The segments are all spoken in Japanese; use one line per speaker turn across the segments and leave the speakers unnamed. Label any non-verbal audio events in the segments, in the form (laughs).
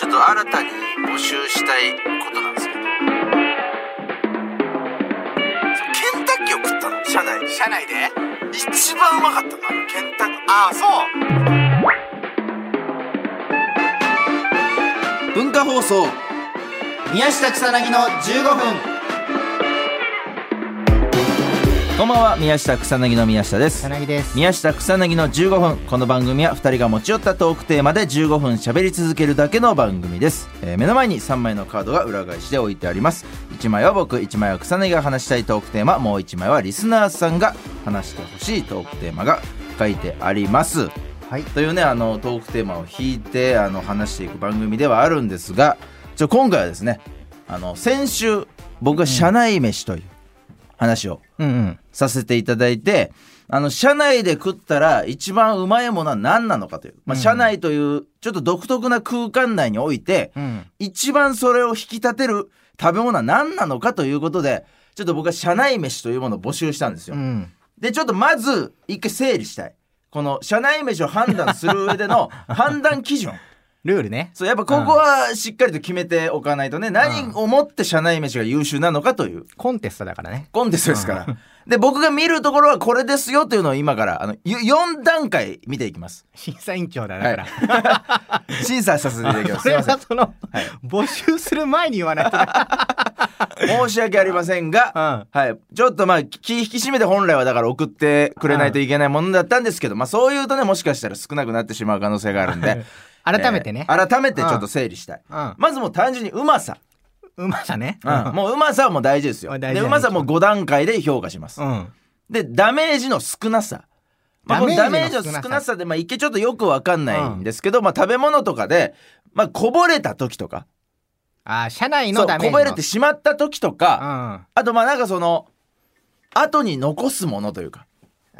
と新たに募集したいことなんですけどそうケンタッキーを食ったの車内で
社内で
一番うまかったのあのケンタッキー
ああそう
文化放送
宮下草薙の15分
こんばんは、宮下草薙の宮下です。
薙です
宮下草薙の15分。この番組は2人が持ち寄ったトークテーマで15分喋り続けるだけの番組です。えー目の前に3枚のカードが裏返しで置いてあります。1枚は僕、1枚は草薙が話したいトークテーマ、もう1枚はリスナーさんが話してほしいトークテーマが書いてあります。
はい
というね、あの、トークテーマを引いて、あの、話していく番組ではあるんですが、ちょ、今回はですね、あの、先週、僕は社内飯という話を、
うんうん
させていただいて、あの、社内で食ったら一番うまいものは何なのかという。まあ、社内というちょっと独特な空間内において、
うん
一番それを引き立てる食べ物は何なのかということで、ちょっと僕は社内飯というものを募集したんですよ。
ん
で、ちょっとまず一回整理したい。この社内飯を判断する上で (laughs) の判断基準。
ルールね
そう、やっぱここはしっかりと決めておかないとね、何をもって社内飯が優秀なのかという。
コンテストだからね (laughs)
コンテストですから。で、僕が見るところはこれですよというのを今から、あの、4段階見ていきます。
審査委員長だだ (laughs) から、
審査させてい (laughs) ただきます。
そ
すい
れ
ませ
はその、募集する前に言わないと
(laughs)
ね
ん。申し訳ありませんが、はい。ちょっとまあ、気引き締めて本来はだから送ってくれないといけないものだったんですけど、まあそういうとね、もしかしたら少なくなってしまう可能性があるんで。
改めてね、
えー改めてちょっと整理したい。
うん
まずもう単純にうまさ。
うまさね
うん、もううまさはもう大事ですよ。
まあ
で、
大事
うまさはもう5段階で評価します。
ん
でダメージの少なさ。まあ、このダ
ダ
メ
メ
ージ
ージ
の
の
少
少なさ
なさで、まあ、一見ちょっとよくわかんないんですけど、まあ、食べ物とかで、まあ、こぼれた時とか、
あー社内
そ
の
う、
ダメージ
こ
の
ぼれてしまった時と
うん
か、
あ
あと、まあ、なんかその、後に残すものというか、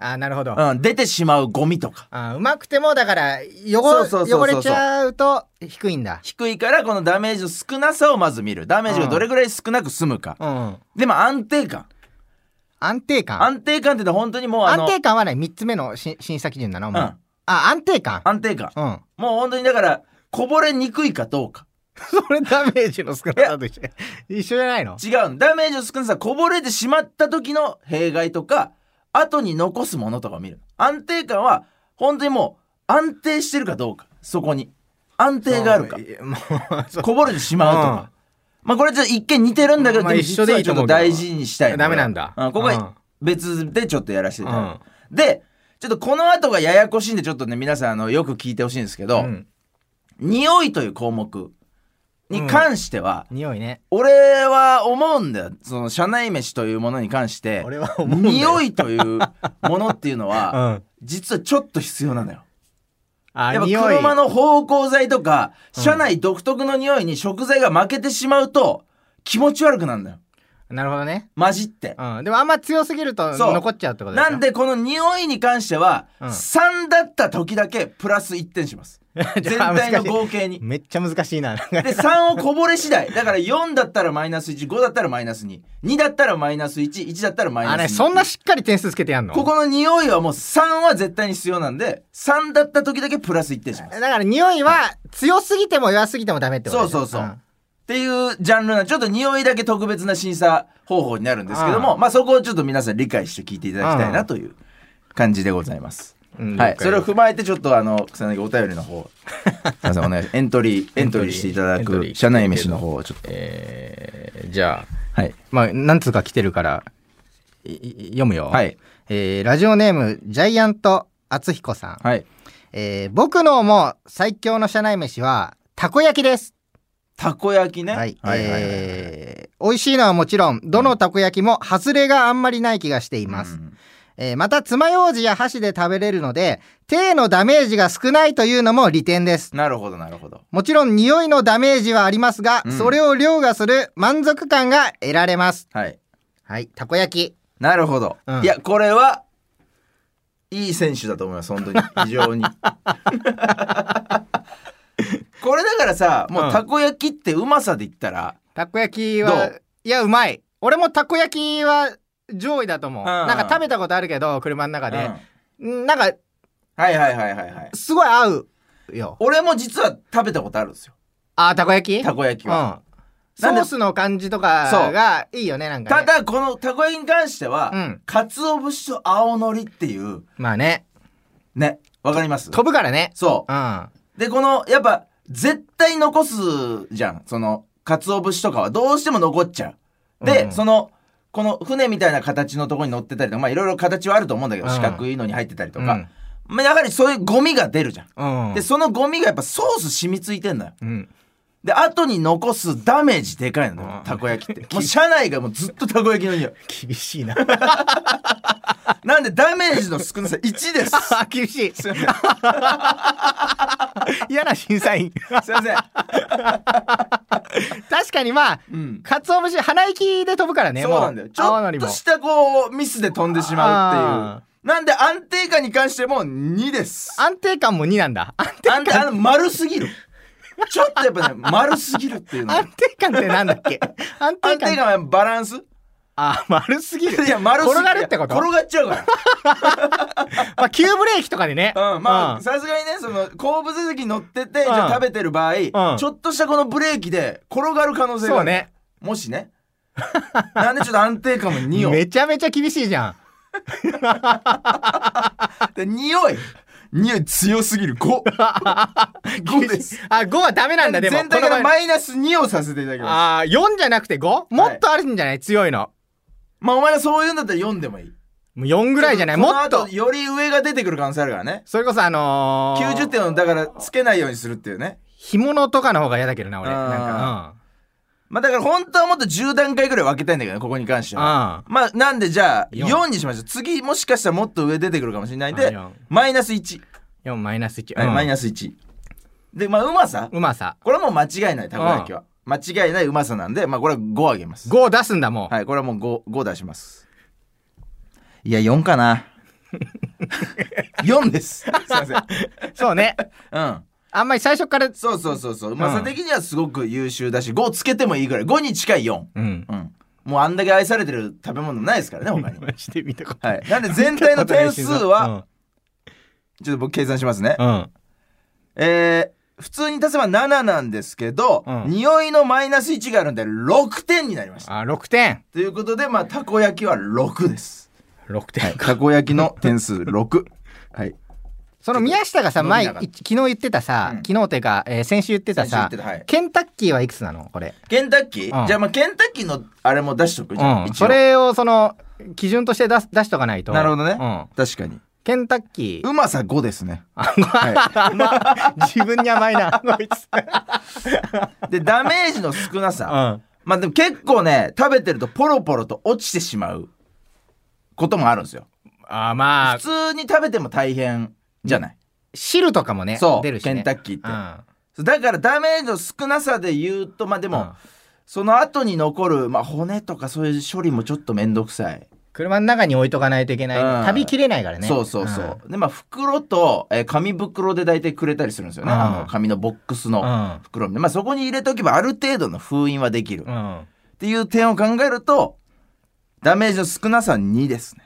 ーなるほど、あ
うん、出てしまうゴミとか。
ーうまくてもだから
そう
汚
そうそうそう
汚れちゃうと低いんだ
低いから、このダメージの少なさをまず見る。ダメージがどれぐらい少なく済むか。
うん
で、まあ、安定感。
安定感
安定感ってのは本当にもう、あ
安
の、
定感はね3つ目のし審査基準なのもう、
うん
あ安定感
安定感。
うん (laughs)
もう本当にだから、こぼれにくいかどうか。
それダメージの少なさと一緒一緒じゃないの
違うのダメージの少なさこぼれてしまった時の弊害とか後に残すものとかを見る安定感は本当にもう安定してるかどうかそこに安定があるか
そういや (laughs) もうそう
こぼれてしまうとか、まあこれちょっと一見似てるんだけど、
まあ
でも
一
実
緒でい
はいち
と
ょっと
思うけど
大事にしたいの
ダメなんだ
うここ
うん
は別でちょっとやらせていただく、でちょっとこの後がややこしいんでちょっとね皆さんあのよく聞いてほしいんですけど、
うん
匂いという項目に関しては、
匂いね
俺は思うんだよその社内飯というものに関して
俺は思うんだよ
匂いというものっていうの
(laughs)
は、
ん
実はちょっと必要なのよ
あ
やっぱ
匂い
車の芳香剤とか車内独特の匂いに食材が負けてしまうと気持ち悪くなるんだよ
なるほどね
混じって、
うんでもあんま強すぎると
そう
残っちゃうってこと (laughs)
なんでこの匂いに関しては、
うん
3だった時だけプラス1点します
(laughs)
全体の合計に
めっちゃ難しいな
で3をこぼれ次第だから4だったらマイナス15だったらマイナス22だったらマイナス11だったらマイナ
あ
ス2
れそんなしっかり点数つけてやんの
ここの匂いはもう3は絶対に必要なんで3だった時だけプラス1点します
だから匂いは強すぎても弱すぎてもダメってこと
そう
でし
そ
ょ
うそう、
ん
っていうジャンルなちょっと匂いだけ特別な審査方法になるんですけどもまあそこをちょっと皆さん理解して聞いていただきたいなという感じでございます、
うん
はい
了、解
それを踏まえてちょっとあの草薙お便りの方皆さんお願いしますエントリーエントリーしていただ
エントリ
く
ー
社内飯の方をちょっと
えーじゃあ
はい
まあ、何通か来てるから、いい読むよ。
はい。
えーラジオネーム、ジャイアント厚彦さん。
はい
えー僕の思う最強の社内飯は、たこ焼きです。
たこ焼きね
はい。
はいはいはい
えー美味しいのはもちろん、どのたこ焼きも、外れがあんまりない気がしています。
うん
えーまた、爪楊枝や箸で食べれるので、手へのダメージが少ないというのも利点です。
なるほどなるほど
もちろん、匂いのダメージはありますが、
うん
それを凌駕する満足感が得られます。
はい
はい。たこ焼き。
なるほど、
うん
いやこれはいい選手だと思います本当に非常
(laughs)
にこれだからさもううんたこ焼きってうまさで言ったら、
たこ焼き
ど
は、いや、うまい。俺もたこ焼きは上位だと思う。
ん
なんか食べたことあるけど、車の中
うん
で。んなんか、
はいはいはいはいはい
すごい合うよ。
俺も実は食べたことあるんですよ
あーたこ焼き
たこ焼きは、
うん、ソースの感じとかがいいよねなんか、
た
ね、
だこのたこ焼きに関しては、
うん
鰹節と青のりっていう
まあね
ねわかります
飛ぶからね
そううんでこのやっぱ絶対残すじゃんその鰹節とかはどうしても残っちゃうで、
うん
そのこの船みたいな形のところに乗ってたりとかまあいろいろ形はあると思うんだけど、
うん
四角いのに入ってたりとか、まあ、やはりそういうゴミが出るじゃん、
うんうん
でそのゴミがやっぱソース染みついてんのよ
うん
で後に残すダメージでかいのよ
うん
たこ焼きってもう車内がもうずっとたこ焼きの匂い
厳しい
(laughs)
な
なんでダメージの少なさ1です
厳しい (laughs) 嫌な審査員
すいません
確かにまあ
うん
鰹節鼻息で飛ぶからね
そうなんだよ
も
ちょ
青のり
っ
も
としたこうミスで飛んでしまうっ
あ
ていうなんで安定感に関しても2です
安定感も2なんだ安定
安定あの丸すぎるちょっとやっぱね丸すぎるっていうの
(laughs) 安定感ってなんだっけ安定
安
感
定感はバランス
あ丸すぎる
いや丸すぎ
転がるってこと
転がっちゃうか
まあ急ブレーキとかでね
ら、うん、まあ
うん
さすがにねその後部座席に乗ってて、じゃ
うん
あ食べてる場合、
ん
ちょっとしたこのブレーキで転がる可能性がある
そうね
もしねなんでちょっと安定感も2を
めちゃめちゃ厳しいじゃん
で匂い匂い強すぎる55
(laughs)
です
あ5はダメなんだでも
全体から
この場合
マイナス2をさせていただきます
あ4じゃなくて 5? もっとあるんじゃない強いの
まあお前がそういうんだったら4でもいい
もう4ぐらいじゃない
ちょ
も
っ
っ
とことの後より上が出てくる可能性あるからね
それこそあのー、
90点をだからつけないようにするっていうね
干物とかの方が嫌だけどな俺
あー
なんか
まあだから本当はもっと10段階ぐらい分けたいんだけどねここに関して
うん
は
あ
まあなんでじゃあ
四
4にしましょう次もしかしたらもっと上出てくるかもしれないん
あ
で
四
マイナス1、
4マイナス1、
はいマイ
ナ
ナス1でまあうまさ
うまさ
これはもう間違いないたこ焼きは間違いないうまさなんでまあこれは5あげます
5出すんだもう、
はい、これはもう五五出します。いや、四かな。四です。すいません。
そうね
うん。
あんまり最初から
そうそうそうそう。うまさ的にはすごく優秀だし、五つけてもいいぐらい。五に近い四。
うん
うん。もうあんだけ愛されてる食べ物ないですからね、他に。
してみたこと
はい。なんで全体の点数は、ちょっと僕計算しますね。
うん、うん
えー、普通に足せば7なんですけど、
うん
匂いのマイナス1があるんで6点になりました。
あ6点
ということで、まあ、たこ焼きは6です。
6点、
たこ焼きの点数6。はい。
その宮下がさ
伸びな
前い
かった
昨日言ってたさ、
うん
昨日というか、えー先週言ってたさ
先週言ってたはい
ケンタッキーはいくつなのこれ、
ケンタッキー、
うん
じゃあまあケンタッキーのあれも出しとくじゃん。
うん、
一応
それをその基準として出す出しとかないと
なるほどね、
うん、
確かに。
ケンタッキー
うまさ5ですね。 (laughs)
自分に甘いなこいつ、
で、ダメージの少な
う
さ。
ん、
まあでも結構ね、食べてるとポロポロと落ちてしまうこともあるんですよ。
あまあ
普通に食べても大変じゃない。
汁とかもね
そう、
出るし、
ケ
ね、
ンタ
キ
ッキーって。だからダメージの少なさで言うと、まあで
で
も、その後に残る、まあ骨とかそういう処理もちょっとめんどくさい。
車の中に置いとかないといけない、
うん
食べきれないからね
そうそうそう、でまあ袋と、えー紙袋で大体くれたりするんですよね、
うん
あの紙のボックス
うんう
の
ん
袋に、まあ、そこに入れとけばある程度の封印はできる、
う
っ
ん
ていう点を考えるとダメージの少なさは2ですね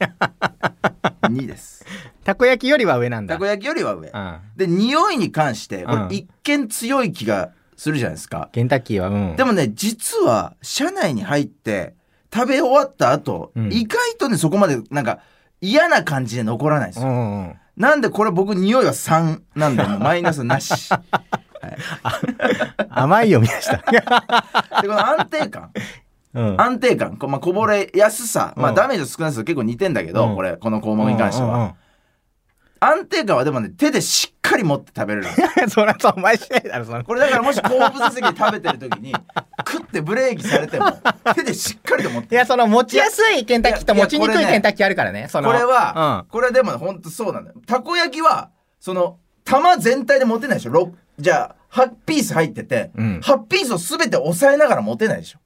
(laughs)
2です
たこ焼きよりは上なんだ
たこ焼きよりは上
うん、
で匂いに関してこ
うん
れ一見強い気がするじゃないですか、
ケンタッキーはうん
でもね実は車内に入って食べ終わった後、
うん
意外とねそこまでなんか嫌な感じで残らないんですよ
うんうんうん
なんでこれ僕匂いは3なんでもう (laughs) マイナスなし。で
甘いよ宮
(laughs)
下
この安定感
うん
安定感こ,、まあ、こぼれやすさ、ま
う
あ、
ん
ダメージの少なさと結構似てんだけど、
うん
これこの項目に関しては、
うんうんうん
安定感はでもね手でしっかり持って食べれる
(laughs) そりゃそうお前しないだろその
これだからもし後部座席で食べてる時
(laughs)
に食ってブレーキされても手でしっかりと持
(laughs)
って
いやその持ちやすいケンタッキーと
いや
持ちにく
いやこ
い
れね
ケンタッキーあるからねそ
こ
の
れは、
うん
これでも本当そうなんだよたこ焼きはその玉全体で持てないでしょろじゃあ8ピース入ってて、
うん
8ピースを全て押さえながら持てないでしょ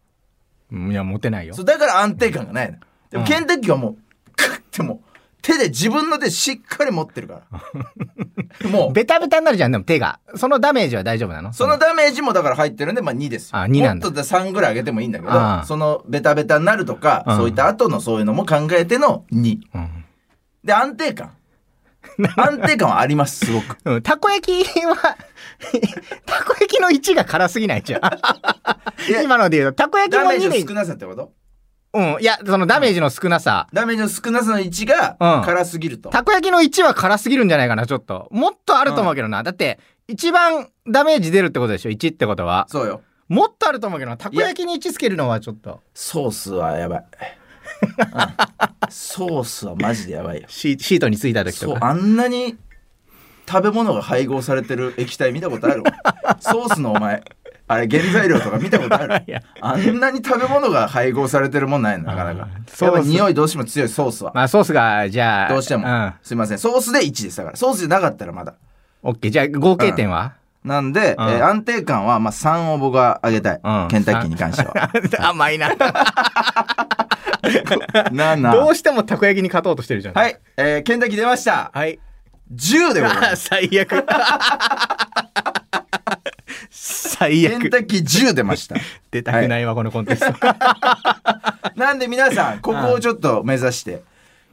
うんいや持てないよ
そうだから安定感がないので
う
も
ん
ケンタッキーはもうクッてもう手で自分の手しっかり持ってるから
(laughs)
もう
ベタベタになるじゃんでも手がそのダメージは大丈夫なの
そのダメージもだから入ってるんで、まあ、2ですよ
あ2なんだ
もっと3ぐらい上げてもいいんだけど
ああ
そのベタベタになるとか
うん
そういった後のそういうのも考えての2
うん
で安定感安定感はありますすご
(laughs)
く
うん、たこ焼きは (laughs) たこ焼きの1が辛すぎないじゃ
いや
ん今ので言うとたこ焼き
ダ
の
メージの
2
少
で
なさってこと
うんいやそのダメージの少なさ、
ダメージの少なさの1が
うん
辛すぎると、
たこ焼きの1は辛すぎるんじゃないかなちょっともっとあると思うけどな、だって一番ダメージ出るってことでしょ1ってことは
そうよ
もっとあると思うけどなたこ焼きに1つけるのはちょっと
ソースはやばい、うんソースはマジでやばいよ
シシートについた時
そ
と
う
か
あんなに食べ物が配合されてる液体見たことある
(laughs)
ソースのお前あれ原材料とか見たことある
いや
あんなに食べ物が配合されてるもんないのなかなか
あー
やっぱ
ソース
匂いどうしても強いソースは、
まあソースがじゃあ
どうしても、
ん、
すいませんソースで1ですだからソースじゃなかったらまだ
オッケーじゃあ合計点は、
なんで、
うん
えー安定感はまあ3を僕は上げたい、
うん
ケンタッキーに関して
(laughs)
は
甘いな
7
どうしてもたこ焼きに勝とうとしてるじゃん、
はいい、えーケンタッキー出ました
はい、
10でございま
あ
す
(laughs) 最悪最
ケン
悪
タッキー10出ました
出たくないわ、このコンテスト
なんで皆さん、ここをちょっと目指して、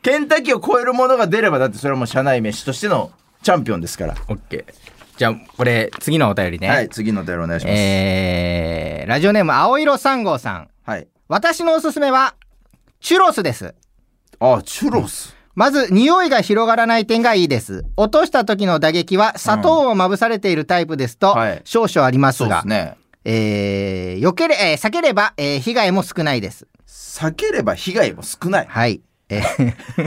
ケンタッキーを超えるものが出れば、だってそれはもう社内飯としてのチャンピオンですから。
(laughs) オッケーじゃあこれ次のお便りね、
はい、次のお便りお願いします。
えーラジオネーム青色3号さん
はい。
私のおすすめはチュロスです
あ、チュロス。
まず匂いが広がらない点がいいです落とした時の打撃は砂糖をまぶされているタイプですと
はい
少々あります
そうで
が、
すね。
えー、避けれ、えー避ければ、えー被害も少ないです。
避ければ被害も少ない。
はい。えー
(laughs)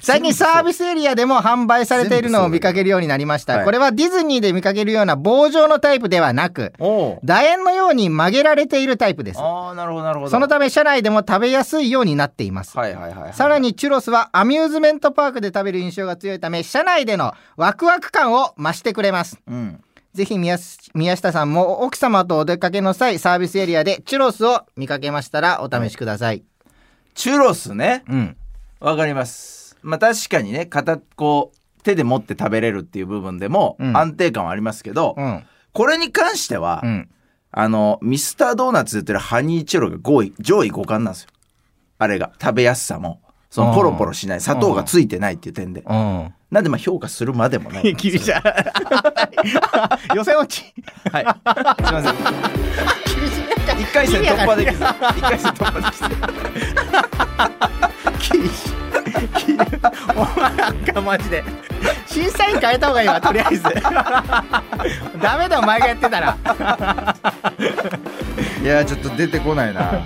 最近サービスエリアでも販売されているのを見かけるようになりまし
全部そうだよ
た。これはディズニーで見かけるような棒状のタイプではなく、
おお。
楕円のように曲げられているタイプです。
ああ、なるほど、なるほど。
そのため車内でも食べやすいようになっています。
はいはいはいはい。
さらにチュロスはアミューズメントパークで食べる印象が強いため、車内でのワクワク感を増してくれます。
うん。
ぜひ宮す宮下さんも奥様とお出かけの際サービスエリアでチュロスを見かけましたらお試しください。
チュロスね。
うん。
わかります。まあ確かにね、片、こう、手で持って食べれるっていう部分でも
うん
安定感はありますけど、
うん。
これに関しては、
うん。
あの、ミスタードーナツで売ってるハニーチェロが5位、上位5冠なんですよ。あれが。食べやすさも。そ
あ
の
ー
ポロポロしない。砂糖がついてないっていう点で。
うん。
なんでまあ評価するまでもない。はい。す
(laughs) 厳しい。予選落ち。
いません。
厳しい。
一回戦突破できず。一回戦突破できず。
厳しい。お前なんかマジで審査員変えた方がいいわとりあえず (laughs) ダメだよお前がやってたら (laughs)
いやー、ちょっと出てこないな。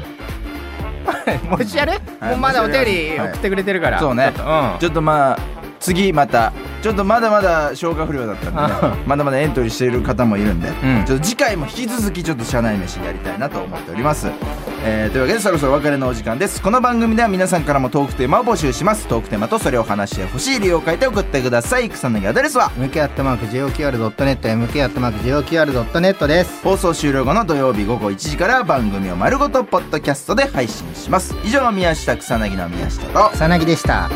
もしやる、もうまだお便り送ってくれてるから、
そうね
ちょっとうん
ちょっとまあ、次また。ちょっとまだまだ消化不良だったんでね、まだまだエントリーしている方もいるんで、
ん
ちょっと次回も引き続きちょっと社内飯やりたいなと思っております、えーというわけでそろそろお別れのお時間ですこの番組では皆さんからもトークテーマを募集しますトークテーマとそれを話してほしい理由を書いて送ってください草薙アドレスは
mk.joqr.net mk.joqr.net です
放送終了後の土曜日午後1時から番組を丸ごとポッドキャストで配信します以上宮下草薙の宮下と
草薙でした